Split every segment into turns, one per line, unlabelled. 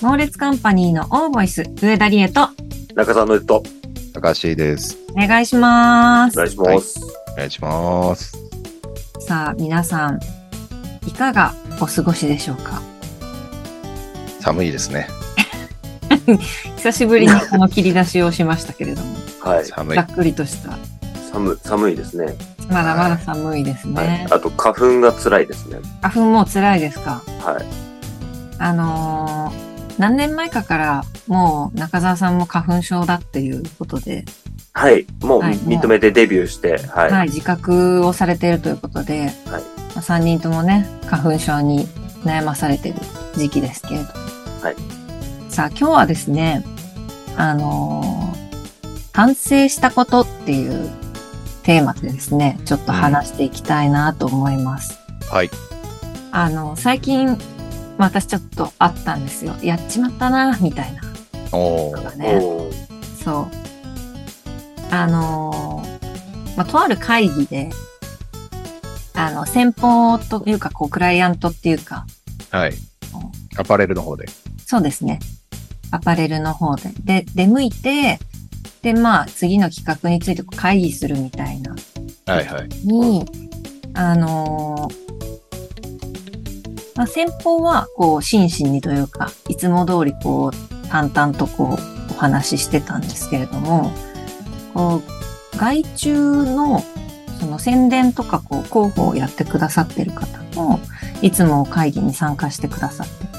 猛烈カンパニーのオーボイス、上田理恵と、
中澤のと
高橋です。
お願いしま
お
す。
願いします。
お願いします。
さあ、皆さん、いかがお過ごしでしょうか
寒いですね。
久しぶりに この切り出しをしましたけれども、
はい。
寒い
ざ。っくりとした、
寒、寒いですね。
まだまだ寒いです
はい
ね。。
あと、花粉が辛いですね。
花粉もう辛いですか
はい。
あのー何年前かからもう中澤さんも花粉症だっていうことで、
はい。もう
はい
認めてデビューして、はい。
はい、自覚をされているということで、
はい
まあ、3人ともね、花粉症に悩まされている時期ですけれど。
はい
さあ、今日はですね、あのー反省したことっていうテーマでですね、ちょっと話していきたいなと思います。
はい。
あの、最近、まあ、私ちょっとあったんですよ。やっちまったな、みたいな
お
の
ー
がね。
おー
そう。あのーまあ、とある会議で、あの、先方というか、こう、クライアントっていうか、
はい。アパレルの方で。
そうですね。アパレルの方で。で、出向いて、で、まあ、次の企画についてこう会議するみたいな
はいはい。
に、あのーまあ、先方は、こう、真摯にというか、いつも通り、こう、淡々とこう、お話ししてたんですけれども、こう、外注の、その宣伝とか、こう、広報をやってくださってる方も、いつも会議に参加してくださって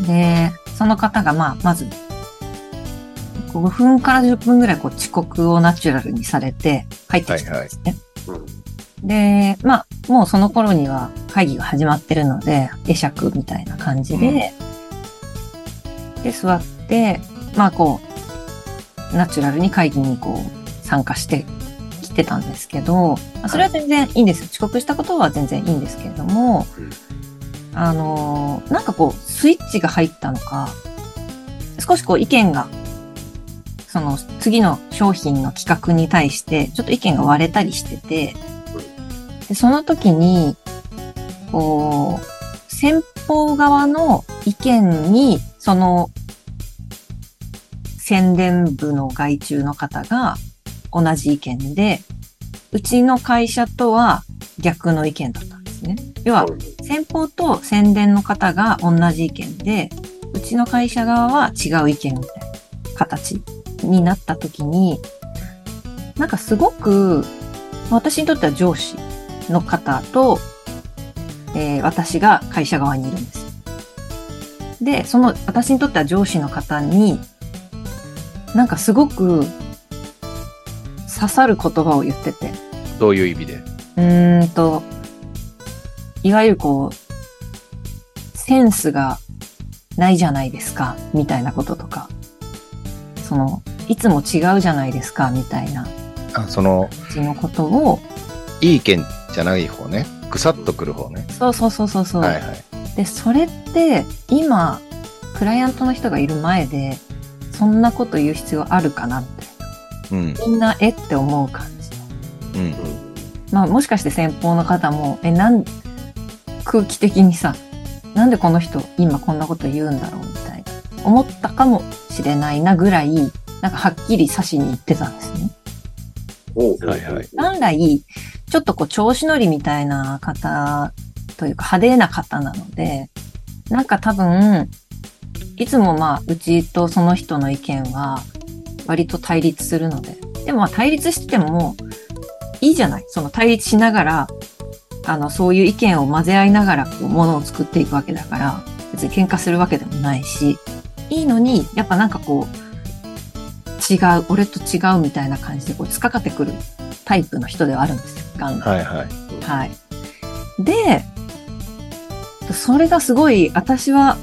て、で、その方が、まあ、まず、5分から10分ぐらい、こう、遅刻をナチュラルにされて、入ってきたんですね。
うん
で、まあ、もうその頃には会議が始まってるので、会釈みたいな感じで、で、座って、まあ、こう、ナチュラルに会議にこう、参加してきてたんですけど、まあそれは全然いいんですよ。遅刻したことは全然いいんですけれども、
うん
あのーなんかこう、スイッチが入ったのか、少しこう、意見が、その、次の商品の企画に対して、ちょっと意見が割れたりしてて、で、その時に、こう、先方側の意見に、その、宣伝部の外注の方が同じ意見で、うちの会社とは逆の意見だったんですね。要は、先方と宣伝の方が同じ意見で、うちの会社側は違う意見みたいな形になった時に、なんかすごく、私にとっては上司の方と、えー私が会社側にいるんですよ。で、その私にとっては上司の方に、なんかすごく刺さる言葉を言ってて、
どういう意味で
うーんと、いわゆるこう、センスがないじゃないですか、みたいなこととか、その、いつも違うじゃないですか、みたいな、
あ、その、
うちのことを、
いい意見じゃない方ね。ぐさっとくる方ね。
そうそうそうそうそう、
はいはい。
で、それって、今、クライアントの人がいる前で、そんなこと言う必要あるかなって、
うん。
みんな、えって思う感じの。
うん。
まあもしかして先方の方も、え、なん、空気的にさ、なんでこの人今こんなこと言うんだろうみたいな、思ったかもしれないなぐらい、なんかはっきり指しに行ってたんですね。
おー
はいはい
本来、ちょっとこう調子乗りみたいな方というか派手な方なので、なんか多分、いつもまあ、うちとその人の意見は割と対立するので、でもまあ対立しててもいいじゃない。その対立しながら、あの、そういう意見を混ぜ合いながらこう、ものを作っていくわけだから、別に喧嘩するわけでもないし、いいのに、やっぱなんかこう、違う、俺と違うみたいな感じでこう、つかかってくるタイプの人ではあるんですよ。ガンガン
はいはい。
はい。で、それがすごい、私は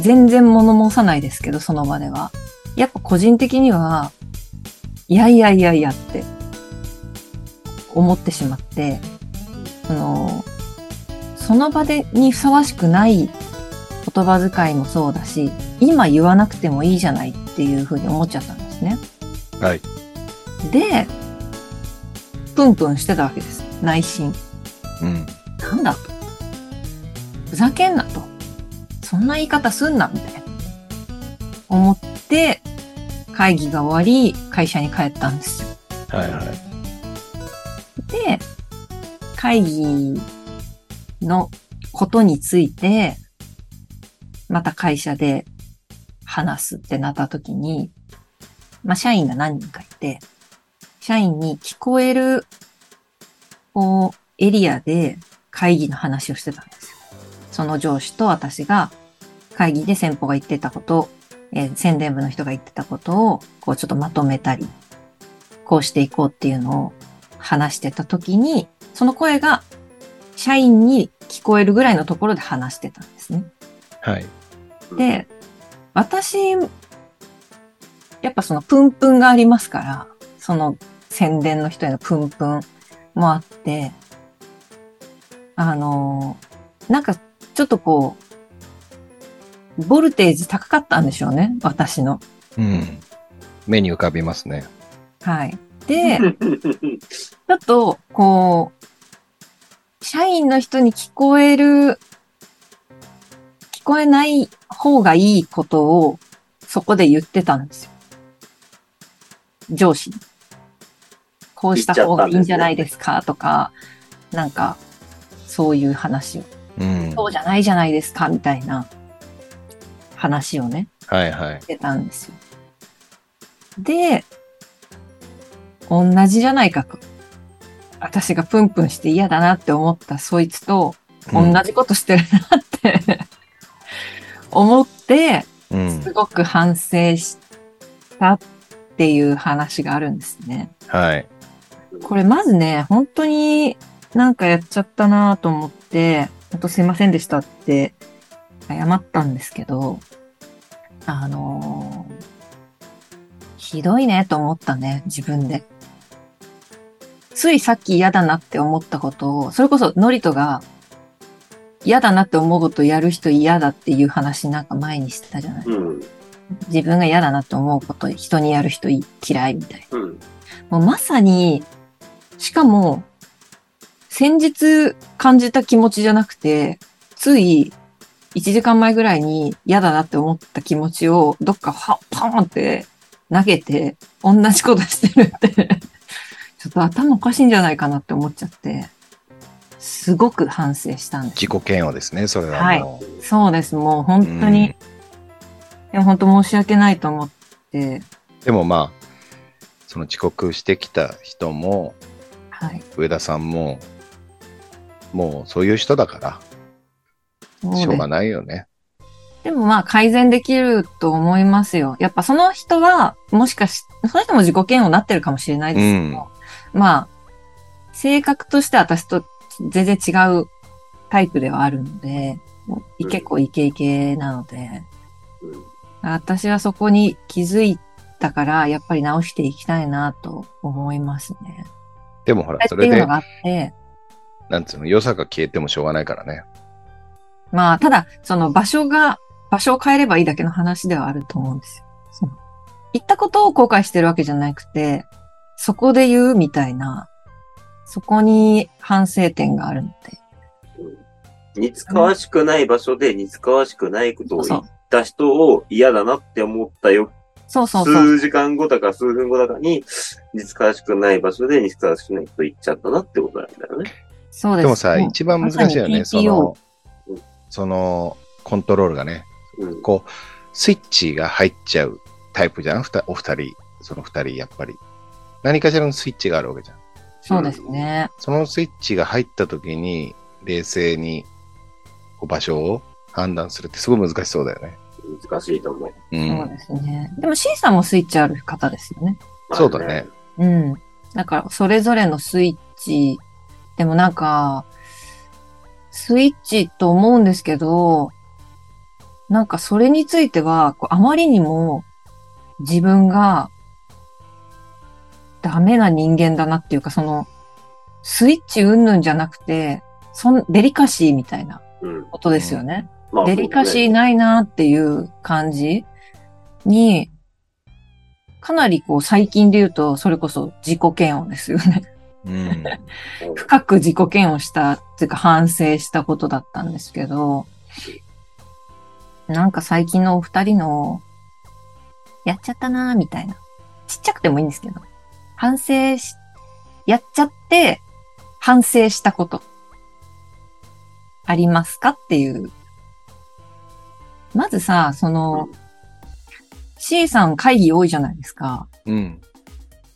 全然物申さないですけど、その場では。やっぱ個人的には、いやいやいやいやって思ってしまって、その、その場でにふさわしくない言葉遣いもそうだし、今言わなくてもいいじゃないっていうふうに思っちゃったんですね。
はい。
で、プンプンしてたわけです。内心。
うん。
なんだと。ふざけんなと。そんな言い方すんな、みたいな。思って、会議が終わり、会社に帰ったんですよ。
はいはい。
で、会議のことについて、また会社で話すってなった時に、まあ、社員が何人かいて、社員に聞こえる、こう、エリアで会議の話をしてたんですよ。その上司と私が会議で先方が言ってたこと、えー宣伝部の人が言ってたことを、こうちょっとまとめたり、こうしていこうっていうのを話してた時に、その声が社員に聞こえるぐらいのところで話してたんですね。
はい。
で、私、やっぱそのプンプンがありますから、その宣伝の人へのプンプンもあって、あの、なんかちょっとこう、ボルテージ高かったんでしょうね、私の。
うん。目に浮かびますね。
はい。で、
うん
ちょっと、こう、社員の人に聞こえる、聞こえない方がいいことを、そこで言ってたんですよ。上司に。こうした方がいいんじゃないですかとか、なんか、そういう話を。
うん。
そうじゃないじゃないですかみたいな話をね、
はいはい
し。てたんですよ。で、同じじゃないかと。私がプンプンして嫌だなって思ったそいつと同
うん
じことしてるなって、 思って、
うん
す。ごく反省したっていう話があるんですね。
はい。
これまずね、本当になんかやっちゃったなと思って、本当すいませんでしたって謝ったんですけど、あのーひどいねと思ったね、自分で。ついさっき嫌だなって思ったことを、それこそノリトが嫌だなって思うことやる人嫌だっていう話なんか前にしてたじゃない。
うん。
自分が嫌だなって思うこと人にやる人嫌いみたいな。
うん。
もうまさに、しかも、先日感じた気持ちじゃなくて、つい1時間前ぐらいに嫌だなって思った気持ちをどっかはパーンって投げて、同じことしてるって、 ちょっと頭おかしいんじゃないかなって思っちゃって、すごく反省したんです。
自己嫌悪ですね、それはもう。
そうです。もう本当に、でも本当申し訳ないと思って、
でもまあ、その遅刻してきた人も、
はい。
上田さんも、もうそういう人だか
そう
ら、
です
しょうがないよね。
でもまあ改善できると思いますよ。やっぱその人は、もしかし、その人も自己嫌悪になってるかもしれないですけど、まあ、性格として私と全然違うタイプではあるので、もう結構イケイケなので、
うん
私はそこに気づいたから、やっぱり直していきたいなと思いますね。
でもほら、
って
そ
い
れ
う
で
の、があって、
なんつうの、良さが消えてもしょうがないからね。
まあ、ただ、その場所が、場所を変えればいいだけの話ではあると思うんですよ。その行ったことを後悔してるわけじゃなくて、そこで言うみたいな、そこに反省点があるので。
似つかわしくない場所で似つかわしくないことを
そ
言
う
っ。た人を嫌だなって思ったよ。
そうそうそう。
数時間後だか数分後だかに、似つかわしくない場所で似つかわしくないこと言っちゃったなってことなんだよね。
そうです。
でもさ、
うん
一番難しいよね、
まさ
そ
に TPO
の
うん、
その、コントロールがね、
うん。
こう、スイッチが入っちゃうタイプじゃんふたお二人、その二人、やっぱり。何かしらのスイッチがあるわけじゃん。
そうですね。
そのスイッチが入った時に、冷静にこう場所を判断するってすごい難しそうだよね。
難しいと思う。
う。
そうんですね。でも C さんもスイッチある方ですよね。
まあ
そうだね。。
うん。だから、それぞれのスイッチ、でもなんか、スイッチと思うんですけど、なんかそれについては、こうあまりにも自分がダメな人間だなっていうか、その、スイッチ云々じゃなくて、そん、デリカシーみたいな
うん。
ことですよね。
まあ
デリカシー
そうだね
ないなっていう感じに、かなりこう最近で言うと、それこそ自己嫌悪ですよね。
うん。
うん
深く自己嫌悪したっていうか反省したことだったんですけど、なんか最近のお二人の、やっちゃったなーみたいな。ちっちゃくてもいいんですけど。反省し、やっちゃって、反省したこと、ありますかっていう。まずさ、その、C さん会議多いじゃないですか。
うん。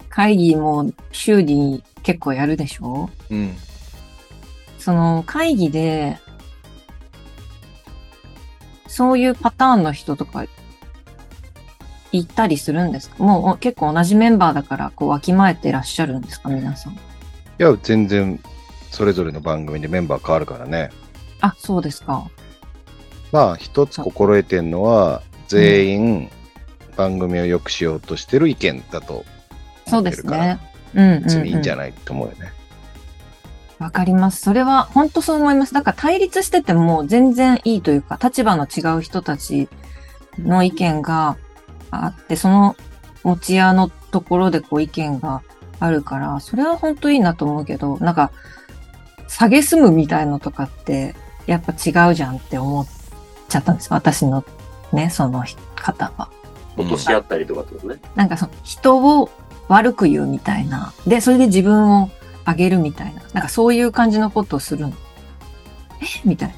会議も週に結構やるでしょ
うん。
その会議で、そういうパターンの人とか、いたりするんですかもうお結構同じメンバーだから、こう、わきまえてらっしゃるんですか皆さん。
いや、全然、それぞれの番組でメンバー変わるからね。
あ、そうですか。
まあ、一つ心得てんのは、全員、番組を良くしようとしてる意見だと
そう
思っ
で
てる
す
から
ね。。うんうん、
別にいいんじゃ
ない
ないと思うよね。
わかります。それは、本当そう思います。だから対立してても全然いいというか、立場の違う人たちの意見があって、その持ち屋のところでこう意見があるから、それは本当いいなと思うけど、なんか、下げすむみたいのとかって、やっぱ違うじゃんって思っちゃったんです。私のね、その方は。
落とし合ったりとかってことね。
なんかその人を悪く言うみたいな。で、それで自分を上げるみたいな。なんかそういう感じのことをするの。えみたい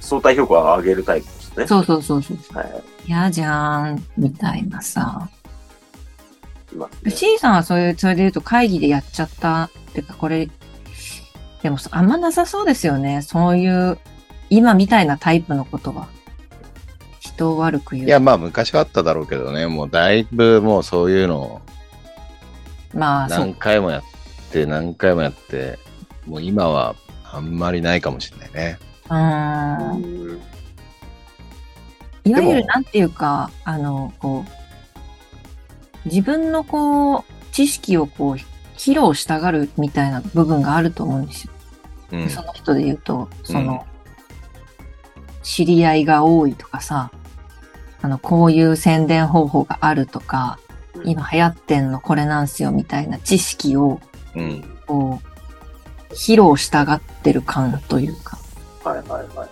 相対評価を上げるタイプですね
な。。そうそうそうそう。
はい。
嫌じゃん。みたいなさ。
まあ、ね
C さんはそういう、それで言うと会議でやっちゃった。ってかこれ、でもそあんまなさそうですよね。そういう、今みたいなタイプのことは。人を悪く言う。
いや、まあ、昔はあっただろうけどね、もうだいぶもうそういうの
まあ、そ
何
う。
回もやって、何回もやって、もう今はあんまりないかもしれないね。
うーん。
うん
いわゆ
で
る
も
なんていうか、あの、こう、自分のこう、知識をこう、披露したがるみたいな部分があると思うんですよ。
うん。
その人で言うと、その、知り合いが多いとかさ、あの、こういう宣伝方法があるとか、今流行ってんのこれなんすよみたいな知識を、
うん。
こう、披露したがってる感というか、
はいはいはいはい。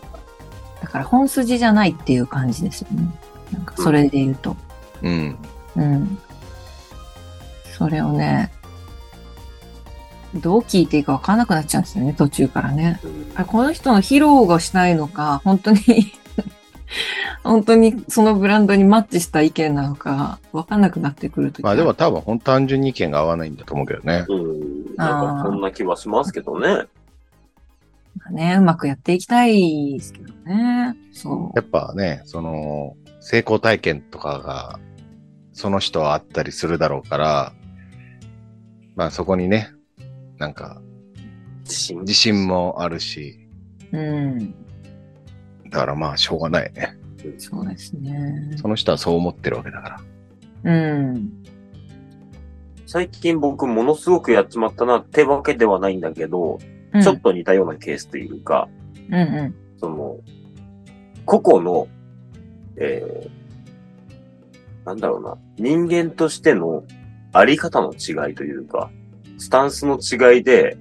だから本筋じゃないっていう感じですよね。なんか、それで言うと。
うん。
うん。それをね、どう聞いていいか分かんなくなっちゃうんですよね、途中からね。
うん
あこの人の披露がしないのか、本当に、 本当にそのブランドにマッチした意見なのか、分かんなくなってくるとき
まあでも多分ほんと単純に意見が合わないんだと思うけどね。
うん。なんかそんな気はしますけどね。
ね、うまくやっていきたいですけどね。そ
やっぱね、その成功体験とかがその人はあったりするだろうから、まあそこにね、なんか
自信。
自信もあるし、
う。うん。
だからまあしょうがないね。
そうですね。
その人はそう思ってるわけだから。
うん。
最近僕ものすごくやっちまったなってわけではないんだけど、
うん
ちょっと似たようなケースというか、
うんうん。
その、個々の、えー、なんだろうな、人間としてのあり方の違いというか、スタンスの違いで、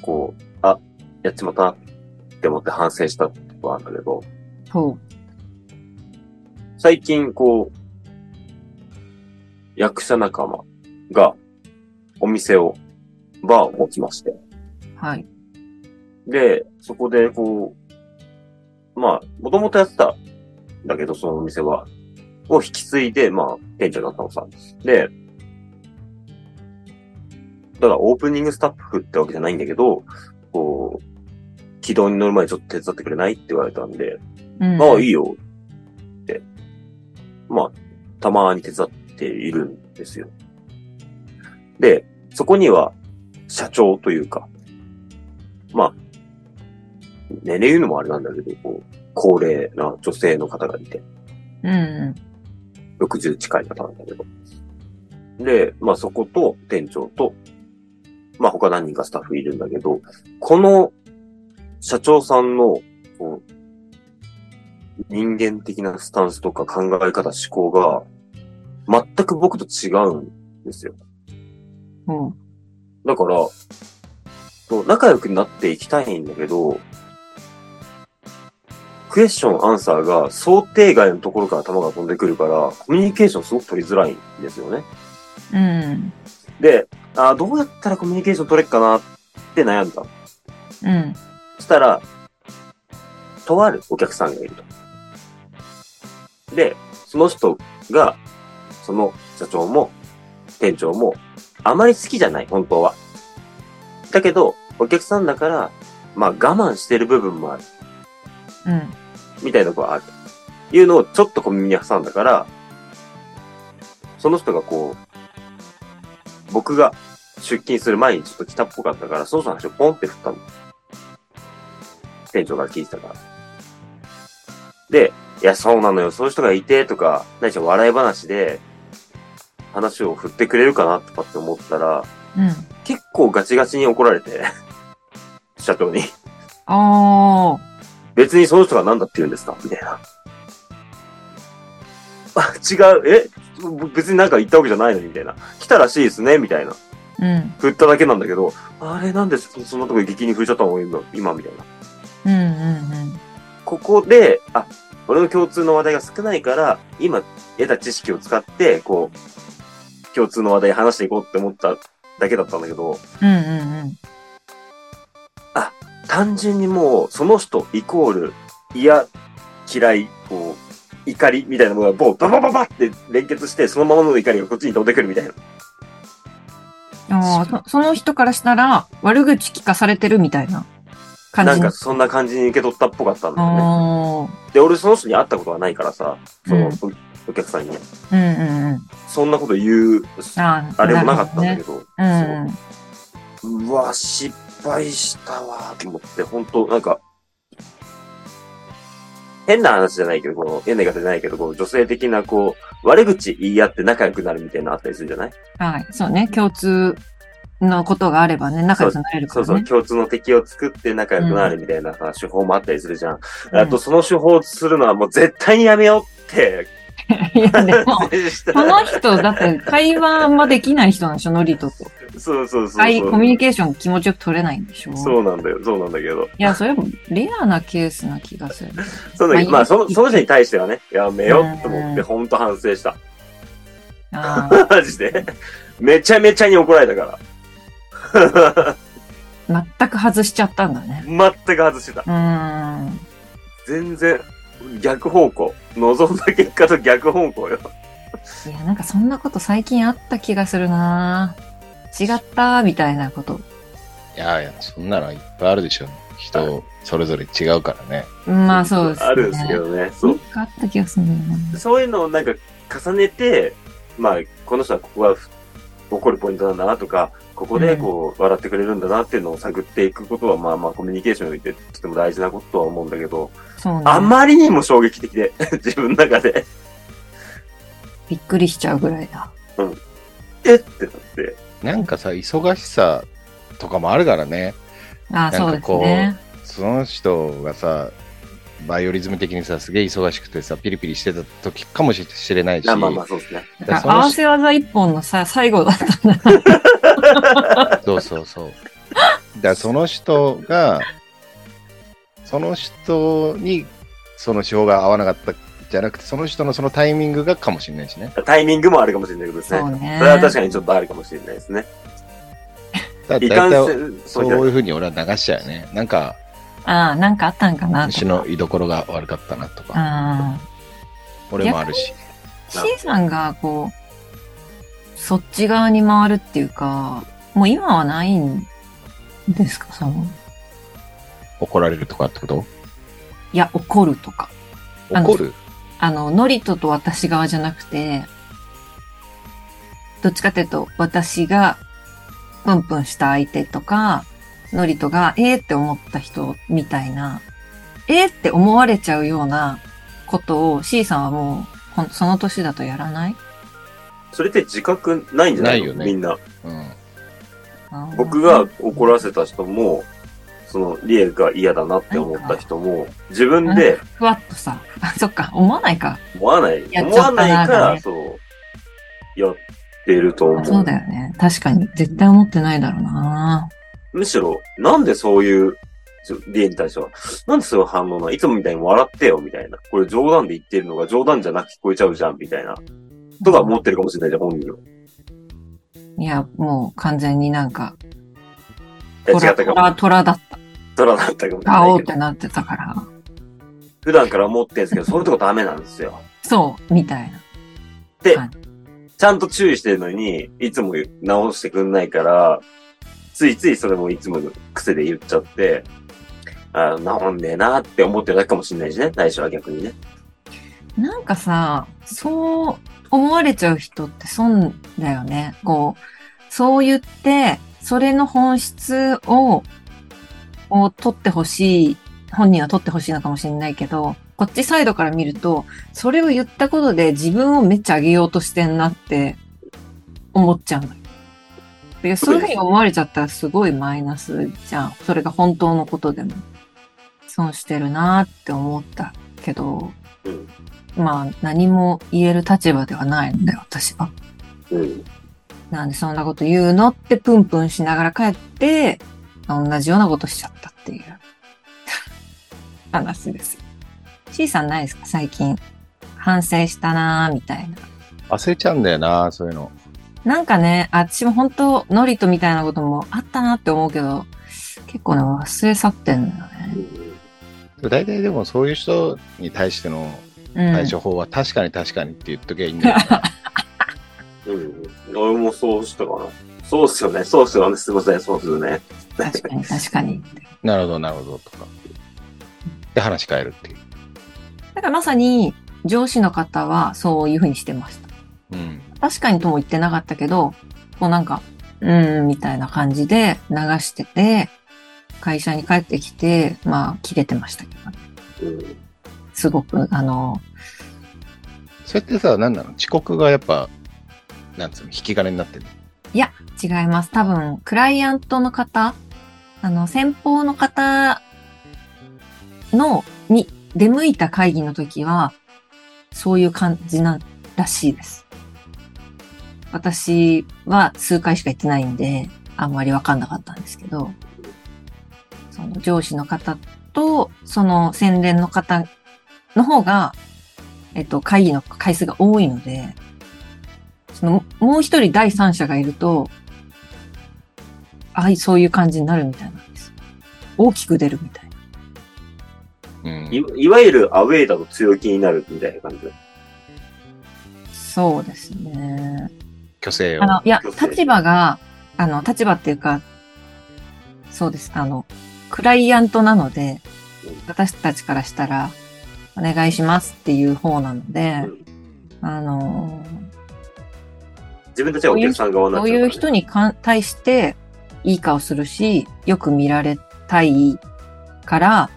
こう、あ、やっちまったなって思って反省したってことなんだけど、
そう。
最近こう、役者仲間がお店を、バーを持ちまして、
はい。
で、そこで、こう、まあ、もともとやってたんだけど、そのお店は、を引き継いで、まあ、店長だったのさ。で、だからオープニングスタッフってわけじゃないんだけど、こう、軌道に乗る前にちょっと手伝ってくれないって言われたんで、
うん。
まあい
い。
いよって、まあ、たまに手伝っているんですよ。で、そこには社長というか、まあ、年齢言うのもあれなんだけど、こう、高齢な女性の方がいて、
うんうん。
60近い方なんだけど。で、まあそこと店長と、まあ他何人かスタッフいるんだけど、この社長さんの、こう、人間的なスタンスとか考え方、思考が、全く僕と違うんですよ。
そう。
だから、そう仲良くなっていきたいんだけど、クエスチョン、アンサーが想定外のところから球が飛んでくるから、コミュニケーションすごく取りづらいんですよね。
うん。
で、あーどうやったらコミュニケーション取れっかなって悩んだ。
うん。
そしたら、とあるお客さんがいると。で、その人が、その社長も、店長も、あまり好きじゃない、本当は。だけど、お客さんだから、まあ我慢してる部分もある、
うん。
みたいなとこはある。いうのをちょっと小耳に挟んだから、その人がこう、僕が出勤する前にちょっと来たっぽかったから、その人の話をポンって振ったの。店長から聞いてたから。で、いや、そうなのよ、そういう人がいて、とか、何しろ笑い話で、話を振ってくれるかな、とかって思ったら、
うん。
結構ガチガチに怒られて、社長に。
あ
別にその人が何だって言うんですかみたいな。あ、違う、え別になんか言ったわけじゃないのにみたいな。来たらしいですねみたいな。
あ。うん。
振っただけなんだけど、あれなんでそそんなとこに激に振っちゃったの今、今みたいな。
うんうん
ここで、あ、俺の共通の話題が少ないから、今得た知識を使って、こう、共通の話題話していこうって思っただけだったんだけど、
うん。うんうんうん。
単純にもう、その人イコール、嫌、嫌い、こう、怒りみたいなものが、もう、ババババって連結して、そのままの怒りがこっちに飛んでくるみたいな。
ああ、そその人からしたら悪口聞かされてるみたいな感
な
じ
ん
の。
か、そんな感じに受け取ったっぽかったんだよね。
あ
で、俺その人に会ったことがないからさ、その、
うん
おお客さんにね、
あ、うんうんうん。
そんなこと言う、
ああ
あれもなかったんだけ
ど。
ど、
うんうん。
そううわ、失敗したわ、と思って、本当なんか、変な話じゃないけど、この、変な言い方じゃないけど、この女性的な、こう、悪口言い合って仲良くなるみたいなのあったりするじゃない
はい。そうね。共通のことがあればね、仲良くなれるか
そう
ら
そう、
ね。
共通の敵を作って仲良くなるみたいなさ、手法もあったりするじゃん。
うん
あと、その手法をするのはもう絶対にやめよう って、
いやでも、
反省した
この人、だって会話あんまできない人なんでしょ、ノリトと。
そうそうそうそう。
はい、コミュニケーション気持ちよく取れないんでしょ。
そうなんだよ、そうなんだけど。
いや、それもレアなケースな気がする。
そうなんだけど、
ま
ま
あ
あ、その、その人に対してはね、やめようと思っ
う
て、
ん
ほんと反省した。
ああ、
マジで。めちゃめちゃに怒られたから。
全く外しちゃったんだね。
全く外してた。
うーん。
全然、逆方向。望んだ結果と逆方向よ。
いや、なんかそんなこと最近あった気がするなぁ違ったみたいなこと。
いやいや、そんなのいっぱいあるでしょ。人それぞれ違うからね。
まあそうですね。
あるんですけどね。そう
なん。かあった気がするんだよな。
そういうのをなんか重ねて、まあ、この人はここはふ怒るポイントなんだなとか、ここでこう、笑ってくれるんだなっていうのを探っていくことは、まあまあ、コミュニケーションにおいてとても大事なこととは思うんだけど、
そう
あ
ね。
まりにも衝撃的で、 自分の中で、
びっくりしちゃうぐらいだ。
えってなって、
なんかさ、忙しさとかもあるからね。
ああ、そう
なんか
です
こう
ね。
その人がさ、バイオリズム的にさ、すげえ忙しくてさ、ピリピリしてた時かもしれないし、
あまあまあそうですね。
なん
だ
か
から
合わ
そ
せ技一本のさ、最後だった。
の人そうそうそう。だからその人が、その人にその手法が合わなかったじゃなくて、その人のそのタイミングがかもしれないしね。
タイミングもあるかもしれないけどですね。
そうね
それは確かにちょっとあるかもしれないですね。
だ
いか
大
ん
体
せ、
そういうふうに俺は流しちゃうよね。なんか、
ああ、なんかあったんかなと
虫の居所が悪かったなとか、
ああ。
俺もあるし。
C さんが、こう、そっち側に回るっていうか、もう今はないんですか、その。
怒られるとかってこと
いや、怒るとか。あの
怒る
あの、ノリトと私側じゃなくて、どっちかというと、私が、プンプンした相手とか、ノリトが、えーって思った人みたいな、えーって思われちゃうようなことを C さんはもう、ほんその年だとやらない
それって自覚ないんじゃないの
ないよね
みんな。
うん。
僕が怒らせた人も、その、リエが嫌だなって思った人も、自分で
ふわっとさ、あ、そっか、思わないか。
思わない、
やっ
思
ちゃ
わ
ったな
ないか
がね
ら、そう、やってると思う。
そうだよね。確かに。絶対思ってないだろうな
むしろ、なんでそういう理恵に対しては。なんでそういう反応なのいつもみたいに笑ってよ、みたいな。これ冗談で言ってるのが冗談じゃなく聞こえちゃうじゃん、みたいな。とか思ってるかもしれないじゃん、本人は。
いや、もう完全になんか、
いや
虎、
違ったかも。
虎、虎だった。
虎だったかもしれ
買お
な
うっ
いけど。
てなってたから。
普段から思ってるんですけど、そういうとこダメなんですよ。
そう、みたいな。
で
はい、
ちゃんと注意してるのに、いつも直してくんないから、ついついそれもいつもの癖で言っちゃって、あ直んねえなって思ってるだけかもしれないしね、内緒は逆にね。
なんかさ、そう思われちゃう人って損だよね。こう、そう言って、それの本質を、を取ってほしい、本人は取ってほしいのかもしれないけど、こっちサイドから見ると、それを言ったことで自分をめっちゃ上げようとしてんなって思っちゃうのよ。でそういうふうに思われちゃったらすごいマイナスじゃん。それが本当のことでも。損してるなって思ったけど、
うん
まあ何も言える立場ではないんだよ、私は。
うん。
なんでそんなこと言うのってプンプンしながら帰って、同じようなことしちゃったっていう 話です。C さんないですか最近。反省したなーみたいな。
焦っちゃうんだよな、そういうの。
なんかね、あっちも本当ノリとみたいなこともあったなって思うけど、結構ね、忘れ去ってんのよね。
大体でもそういう人に対しての
うん。
対処法は確かに確かにって言っときゃいいんだよ な。
うん。俺もそうしたかな。そうっすよね、そうっすよね、すいません、そうっすよね。
確かに、確かに。
なるほど、なるほど、とか。で、話変えるっていう。
だからまさに上司の方はそういうふうにしてました。
うん。
確かにとも言ってなかったけど、こうなんか、うーん、みたいな感じで流してて、会社に帰ってきて、まあ、切れてましたけどね。
うん。
すごく、あの、
それってさ、なんなの遅刻がやっぱ、なんつうの、引き金になってる
違います。多分、クライアントの方、あの、先方の方の、に出向いた会議の時は、そういう感じなんらしいです。私は数回しか行ってないんで、あんまりわかんなかったんですけど、その上司の方と、その宣伝の方の方が、えっと、会議の回数が多いので、その、もう一人第三者がいると、あい、そういう感じになるみたいなんです。大きく出るみたいな。
うん
いいわゆるアウェイだと強気になるみたいな感じ。
そうですね。
虚勢を
あ。の、いや
そうで、すね
立場が、あの、立場っていうか、そうです。あの、クライアントなので、私たちからしたら、お願いしますっていう方なので、あの、
自分たちはお客さん側にな
そ
っ
う
ちゃう、
いう人にかん対していい顔するし、よく見られたいから、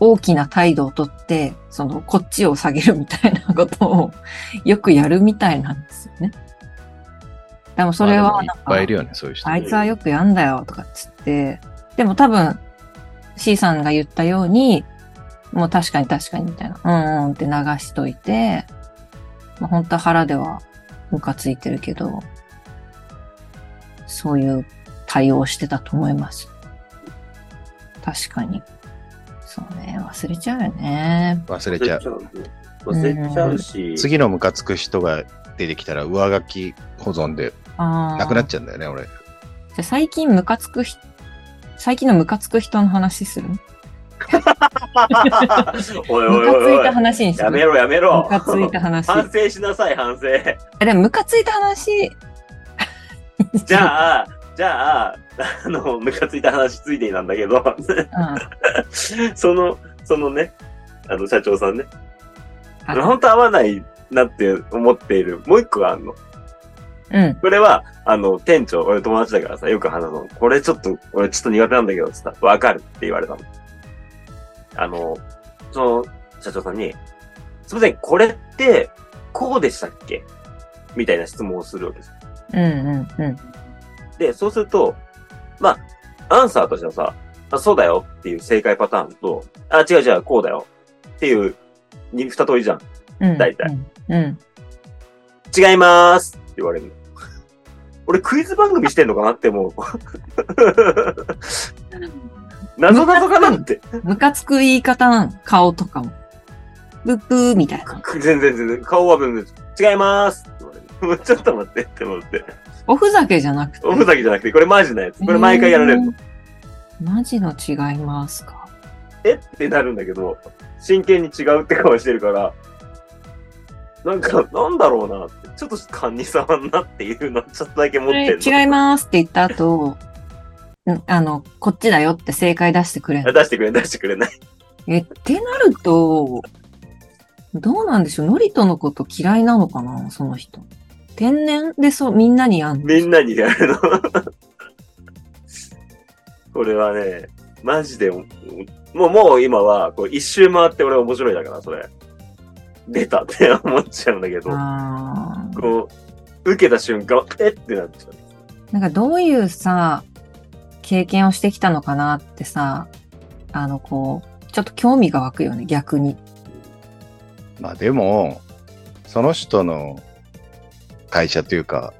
大きな態度をとって、その、こっちを下げるみたいなことをよくやるみたいなんですよね。でもそれ
ま
は
あで
なん
もいっ
か
ぱいいるよね、そういう人。
あいつはよくやんだよとかっつって、でも多分 C さんが言ったように、もう確かに確かにみたいな、うんうんって流しといて、まあ、本当は腹ではムカついてるけど、そういう対応をしてたと思います。確かに。そうね、忘れちゃうよね。
忘れ
忘
ち
れ
ゃう
ち。ゃう。忘れちゃうし、
次のムカつく人が出てきたら上書き保存で
ああ。
なくなっちゃうんだよね、俺。
じゃあ最近ムカつく人、最近のムカつく人の話するム カつ
おいおいおい
い
おい
た。話にする
やめろやめ
ム。
ろ
カついた話。
反省しなさい、反省。
あでもムカついた話。
じゃあ、じゃあ、あの、ムカついた話ついでになんだけど、
あ、
その、そのね、あの、社長さんね、
あ
本当合わないなって思っている、もう一個があるの。
うん。
これは、あの、店長、俺友達だからさ、よく話すの。これちょっと、俺ちょっと苦手なんだけど、つったらわかるって言われたの。あの、その、社長さんに、すみません、これって、こうでしたっけみたいな質問をするわけです。
うんうんうん。
で、そうすると、まあ、アンサーとしてはさ、あそうだよっていう正解パターンと、あ、違う違う、こうだよっていう、に二通りじゃん。
うん。
大体
うん。うん。
違いまーすって言われるの。 俺クイズ番組してんのかなって思う。謎々がなんて。
ムカつく言い方なの。顔とかも。ブッブーみたいな。
全然全然、顔は全然、違いますって言われる。 もうちょっと待ってって思って。
おふざけじゃなくて。
おふざけじゃなくて、これマジなやつ。これ毎回やられるの。
えーマジの違いますか。
えってなるんだけど、真剣に違うって顔してるから、なんか、なんだろうなって、ちょっと勘に触んなっていうの、ちょっとだけ持っ
こ
て
れ
んの。
違いますって言った後、んあの、こっちだよって正解出してくれんの
あ出してくれない、出してくれない。
え、ってなると、どうなんでしょうノリトのこと嫌いなのかなその人。天然でそう、みんなにやんの
みんなにやるの。 これはね、マジで、もう、もう今は、こう一周回って俺面白いだから、それ。出たって思っちゃうんだけど、
あー
こう、受けた瞬間、えってなっちゃう。
なんかどういうさ、経験をしてきたのかなってさ、あの、こう、ちょっと興味が湧くよね、逆に。
まあでも、その人の会社というか、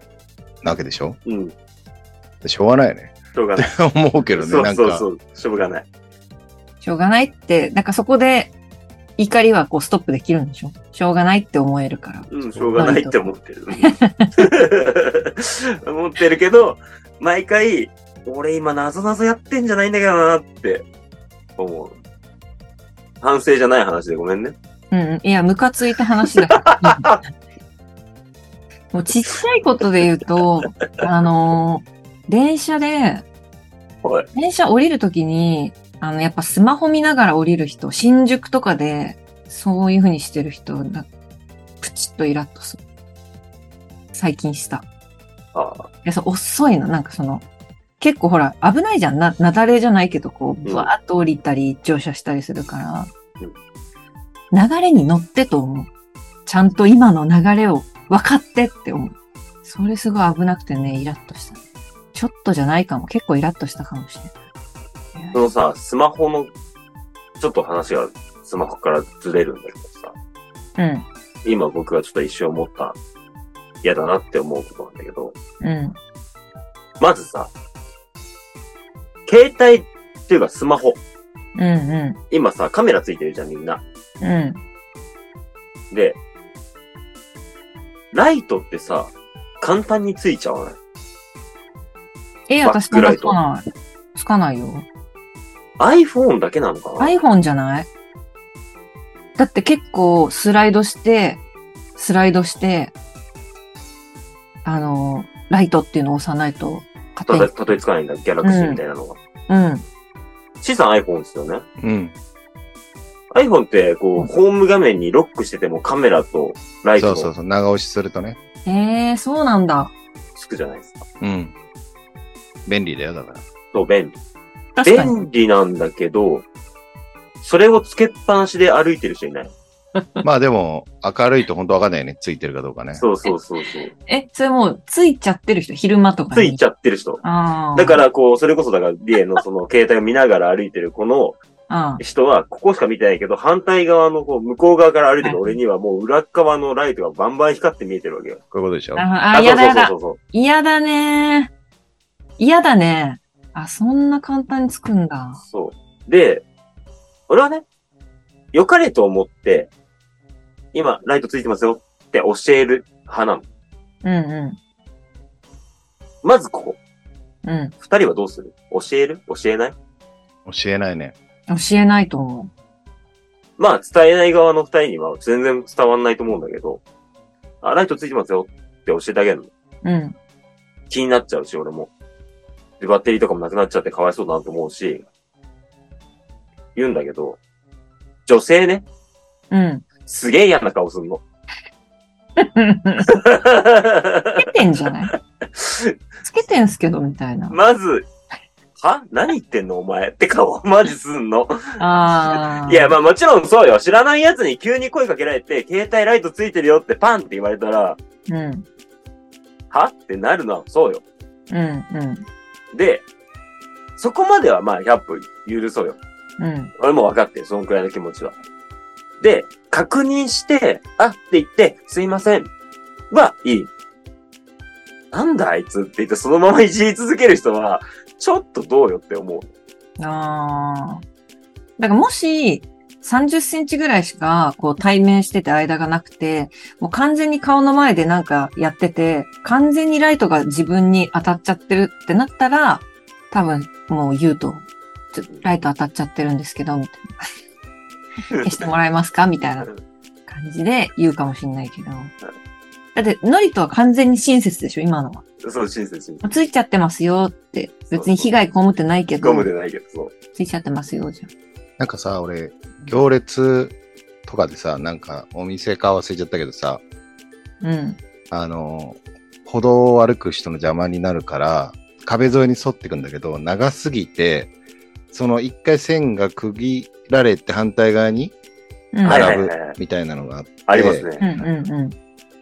なわけでしょ
うん、し
しょうがないよね。
ょうがない。
思うけどね、
そう
なん
そう
か
そ。う、しょうがない。
しょうがないって、なんかそこで怒りはこうストップできるんでしょしょうがないって思えるから。
うん、しょうがないって思ってる。思ってるけど、毎回、俺今なぞなぞやってんじゃないんだけどなって思う。反省じゃない話でごめんね。
うんうん、いや、ムカついた話だから。 うんもうちっちゃいことで言うと、あのー電車で、
はい。
電車降りるときに、あの、やっぱスマホ見ながら降りる人、新宿とかで、そういう風にしてる人、なプチッとイラッとする。最近した。
ああ
いや、そう、遅いの。なんかその、結構ほら、危ないじゃん。な、なだれじゃないけど、こう、
うん
ブワーっと降りたり、乗車したりするから、
うん
流れに乗ってと思う。ちゃんと今の流れを分かってって思う。それすごい危なくてね、イラッとした。ちょっとじゃないかも。結構イラッとしたかもしれない。
そのさ、スマホの、ちょっと話がスマホからずれるんだけどさ、
うん、
今僕がちょっと一瞬思った、嫌だなって思うことなんだけど、
うん、
まずさ、携帯っていうかスマホ、
うん、う
今さ、カメラついてるじゃんみんな。
ん、うん。
で、ライトってさ、簡単についちゃわない
え、
バッ
私
ク
ま
ラ
だ
イ
つ
ト
かない。つかないよ。
?iPhone だけなのかな
iPhone じゃないだって結構スライドして、スライドして、あの、ライトっていうのを押さないと
ただ、
勝
たどり着かないんだ、ギャラクシーみたいなのが。
手に。うん。
資産 iPhone ですよね。
うん。
iPhone って、こう、ホーム画面にロックしててもカメラとライ
そ
ト
うそう
の
そう。長押しするとね。
えー、そうなんだ。
つくじゃないですか。
うん。便利だよ、だから。
そう、便利。
確かに。
便利なんだけど、それをつけっぱなしで歩いてる人いない。
まあでも、明るいと本当わかんないよね。ついてるかどうかね。
そうそうそうそう。
え、それもうついちゃってる人、昼間とか
つ
に。
いちゃってる人。
ああ。
だか、ら、こう、それこそ、だから、リエのその、携帯を見ながら歩いてる子の、
あー
人は、ここしか見てないけど、反対側のこう向こう側から歩いてる俺にはもう裏っ側のライトがバンバン光って見えてるわけよ。
こういうことでしょ
なるほど。あー、嫌だ嫌だ
そ。うそうそう
嫌だねー。嫌だね。あ、そんな簡単につくんだ。
そう。そう。で、俺はね、良かれと思って、今、ライトついてますよって教える派なの。
うんう
まずここ。
ん。う
二人はどうする教える教えない
教えないね。
ん。教えないと思
まあ、伝えない側の二人には全然伝わんないと思うんだけど、あ、ライトついてますよって教えてあげるの。
う。うん。
気になっちゃうし、俺も。で、バッテリーとかもなくなっちゃってかわいそうだなと思うし、言うんだけど、女性ね、
うん。
すげえ嫌な顔すんの。
つけてんじゃ ないつけてんすけど、みたいな。
まず、は何言ってんのお前って顔マジすんの。
ああ。
いや、まあもちろんそうよ。知らない奴に急に声かけられて、携帯ライトついてるよってパンって言われたら、
うん。
はってなるのはそうよ。
うん、うん、
で、そこまではまあ100分許そうよ。
うん、
俺も分かってる、そのくらいの気持ちは。で、確認して、あって言って、すいません。は、いい。なんだあいつって言って、そのままいじり続ける人は、ちょっとどうよって思う。
ああ。だからもし、30センチぐらいしか、こう、対面してて間がなくて、もう完全に顔の前でなんかやってて、完全にライトが自分に当たっちゃってるってなったら、多分、もう言うと、ちょライト当たっちゃってるんですけど、みたいな。消してもらえますかみたいな感じで言うかもしんないけど。だって、ノリとは完全に親切でしょ、今のは。
そう、親切、親切。
ついちゃってますよって。別に被害被ってないけど
ゴ、ムでないけど、そう。
ついちゃってますよ、じゃん。
なんかさ、俺、行列とかでさ、なんかお店か忘れちゃったけどさ、
うん。
あの、歩道を歩く人の邪魔になるから、壁沿いに沿ってくんだけど、長すぎて、その一回線が区切られて反対側に
うん。
はいはい
並ぶみたいなのがあって、
あります
うん
ね。
うんうん。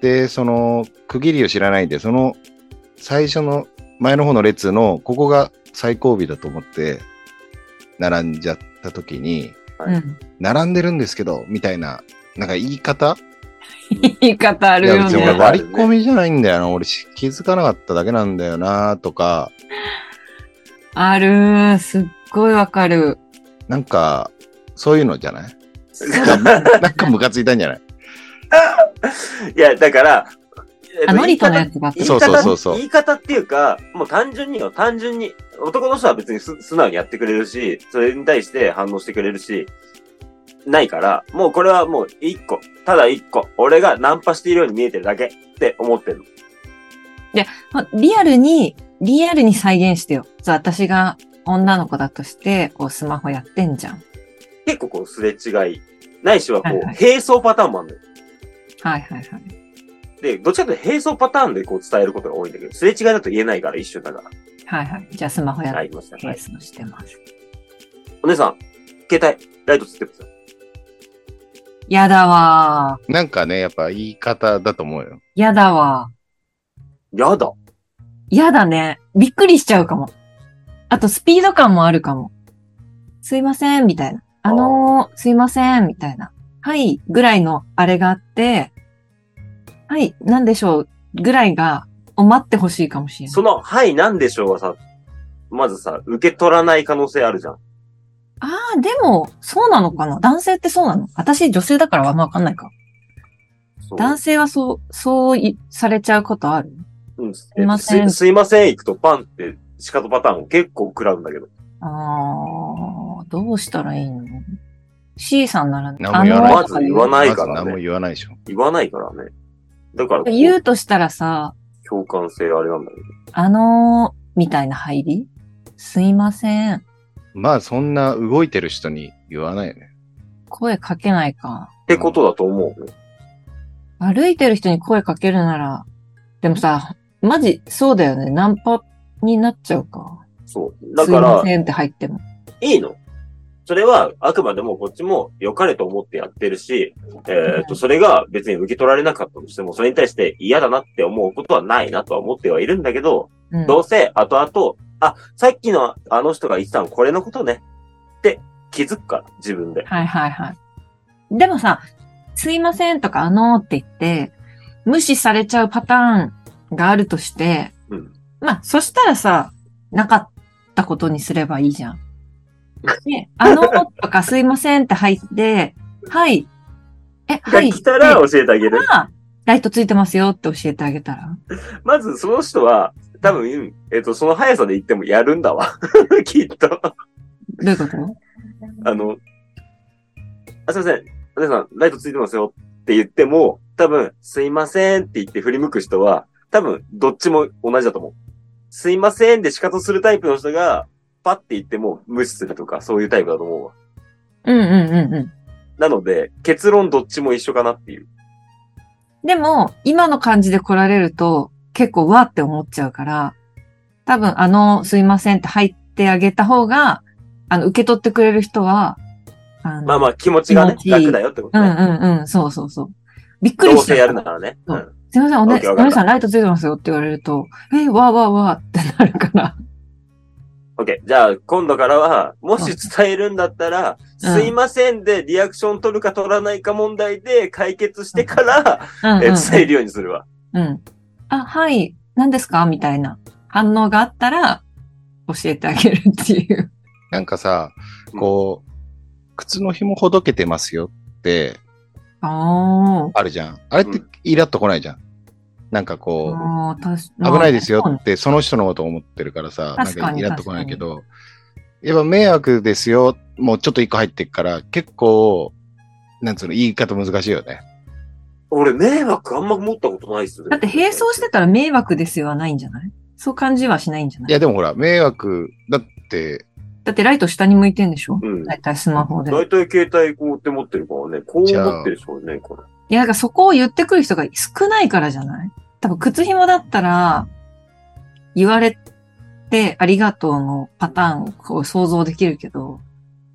で、その区切りを知らないで、その最初の前の方の列の、ここが最後尾だと思って、並んじゃった時に、
うん。
並んでるんですけど、みたいな、なんか言い方
言い方あ
い
る
や、
よ
別に
いや
俺
ね。
割り込みじゃないんだよな。俺し気づかなかっただけなんだよな、とか、
あるー。すっごいわかる。
なんか、そういうのじ ゃない
そう
なんかムカついたんじゃない
いや、だから、えっと
あ、ノリとの
言い
やつ
方
だって
言い
そう
方
そうそうそう
言い方っていうか、もう単純によ、単純に。男の人は別にす素直にやってくれるし、それに対して反応してくれるし、ないから、もうこれはもう一個、ただ一個、俺がナンパしているように見えてるだけって思ってる。
まリアルに、リアルに再現してよ。じゃあ私が女の子だとして、こうスマホやってんじゃん。
結構こうすれ違い、ないしはこ、
はいうはい
並走パターンもあるのよ。
はいはいはい。
で、どっちかというと並走パターンでこう伝えることが多いんだけど、すれ違いだと言えないから一緒だから。
はいはい。じゃあスマホや
は
っ
い、いました。
て、
はい。
スのしてます。
お姉さん、携帯、ライトつってください。
やだわー。
なんかね、やっぱ言い方だと思うよ。
やだわー。
やだ。
やだね。びっくりしちゃうかも。あと、スピード感もあるかも。すいません、みたいな。あのー、すいません、みたいな。はい、ぐらいのあれがあって、はい、なんでしょう、ぐらいが、を待ってほしいかもしれない。
その、はい、なんでしょうはさ、まずさ、受け取らない可能性あるじゃん。
ああ、でも、そうなのかな男性ってそうなの私、女性だからあんまわかんないか。
そう
男性はそう、そういされちゃうことある
うん、す
いません
すいません、行くとパンって、仕方パターンを結構食らうんだけど。
ああ、どうしたらいいの ?C さんなら、
何も言わ
あ
ない
のーとか
まず言わない
まず
からね
何も言わないでしょ。
言わないからね。だから、
言うとしたらさ、
共感性あれなんだけど。
あのー、みたいな入りすいません。
まあ、そんな動いてる人に言わないよね。
声かけないか。
ってことだと思うね。
歩いてる人に声かけるなら、でもさ、マジ、そうだよね。ナンパになっちゃうか。
そう。だから
すいま、せんって入っても。
いいの。それは、あくまでもこっちも良かれと思ってやってるし、え
う
っ
ん
と、それが別に受け取られなかったとしても、それに対して嫌だなって思うことはないなとは思ってはいるんだけど、
うん
どうせ後々、あ、さっきのあの人が言ってたのこれのことねって気づくから、自分で。
はいはいはい。でもさ、すいませんとかあのーって言って、無視されちゃうパターンがあるとして、
うん
まあ、そしたらさ、なかったことにすればいいじゃん。ね、あのーとかすいませんって入って、はい。え、は
が
い。
来たら
って
教えてあげる
言っ。たらライトついてますよって教えてあげたら。
まずその人は、多分、えっと、その速さで言ってもやるんだわ。 きっと。
どういうこと
あの、あ、すいません。お姉さん、ライトついてますよって言っても、多分、すいませんって言って振り向く人は、多分、どっちも同じだと思う。すいませんで仕方するタイプの人が、パッて言っても無視するとか、そういうタイプだと思うわ。
うんうんうんうん。
なので、結論どっちも一緒かなっていう。
でも、今の感じで来られると、結構わーって思っちゃうから、多分、あの、すいませんって入ってあげた方が、あの、受け取ってくれる人は、あの、
まあまあ、気持ちがね
気、持ちいい
楽だよってこと
う
ね。
んうんうん、そうそうそう。びっく
ど
り
う
しち
せ
ゃ
や
う
るならね。
そう
うん
すいません、お
わ
ね、
けわ
お
かんない
姉さんライトついてますよって言われると、え、わーわーわーってなる から。
オッケー。じゃあ、今度からは、もし伝えるんだったら、
うん
すいませんでリアクション取るか取らないか問題で解決してから、
うん、うん
え伝えるようにするわ。
うん。あ、はい、 何ですかみたいな反応があったら、教えてあげるっていう。
なんかさ、こう、靴の紐ほどけてますよって
あ
あるじゃん。あれってイラっとこないじゃん。なんか
ー
こう、
あー、確
危ないですよ
そうね
って、その人のことを思ってるからさ、なん
確か
か
に
イラっとこないけど、やっぱ迷惑ですよ、もうちょっと一個入ってっから、結構、なんつうの、言い方難しいよね。
俺、迷惑あんま持ったことないっすね。
だって並走してたら迷惑ですよはないんじゃないそう感じはしないんじゃない
いや、でもほら、迷惑、だって、
だってライト下に向いてんでしょ
うん。
だいたいスマホで。い
大体携帯こうって持ってるからね、こう持ってる人はいないから。
や、だからそこを言ってくる人が少ないからじゃない多分靴紐だったら、言われてありがとうのパターンをこう想像できるけど、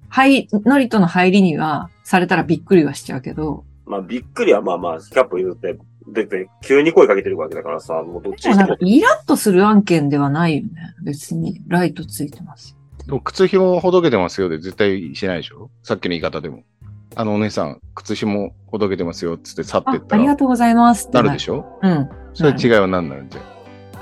はい、ノリとの入りにはされたらびっくりはしちゃうけど、
まあ、びっくりはまあまあ、キャップ言って、出て、急に声かけてるわけだからさ、もうどっ
で
ち
も
に
な
して
んか
も。
イラッとする案件ではないよね。別にライトついてますよ。
でも靴紐ほどけてますよで絶対しないでしょさっきの言い方でも。あのお姉さん、靴紐ほどけてますよっつって去っ
あ
てった
ありが
ら、
とうございますって
なるでしょ
ょうん。
それ違いは何なるんじ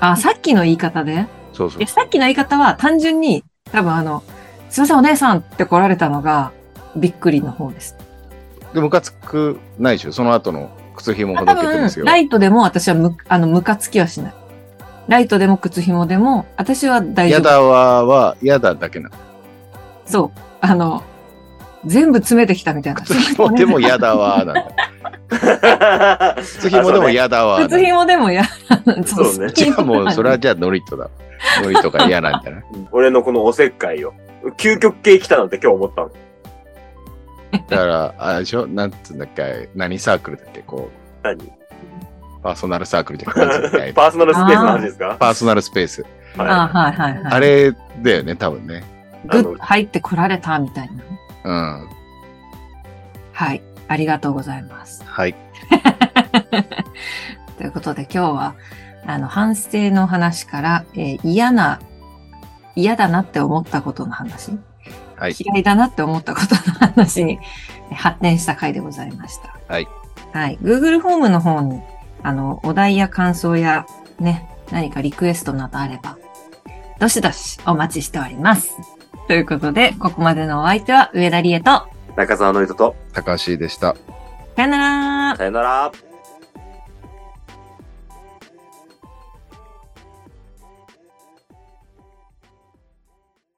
ゃん。
あ、さっきの言い方で
そうそ
い
う
や、。さっきの言い方は単純に、多分あの、すいませんお姉さんって来られたのが、びっくりの方です。
で、ムカつくないでしょその後の靴紐ほ
多
どけてま
分
す、よ。
ライトでも私はむ、あの、ムカつきはしない。ライトでも靴紐でも、私は大丈
や
夫。
だわは、やだだけなの。
そう。あの、全部詰めてきたみたいな。
靴紐 でもやだわなんだ。 靴紐でもやだわなん だ
靴。紐でもや、
そうね
じゃあもう、それはじゃあノリ とだ。ノリとか嫌なんじゃない
俺のこのおせっかいを。究極系来たなんて今日思ったの。
だから、あれでしょなんつうんだっけ何サークルだっけこ
何
う、パーソナルサークルじゃなくて
パーソナルスペースの話ですか
パーソナルスペース。
あ
は
はいはいはい。
あれだよね、多分ね。
グッと入って来られたみたいな。
うん。
はい。ありがとうございます。
はい。
ということで今日は、あの、反省の話から、えー嫌な、嫌だなって思ったことの話、
はい。
嫌いだなって思ったことの話にえー発展した回でございました。
はい。
はい。Google フォームの方に、あの、お題や感想や、ね、何かリクエストなどあれば、どしどしお待ちしております。ということで、ここまでのお相手は上田理恵と、
い。中澤の人と、
高橋でした。
さよなら
さよなら。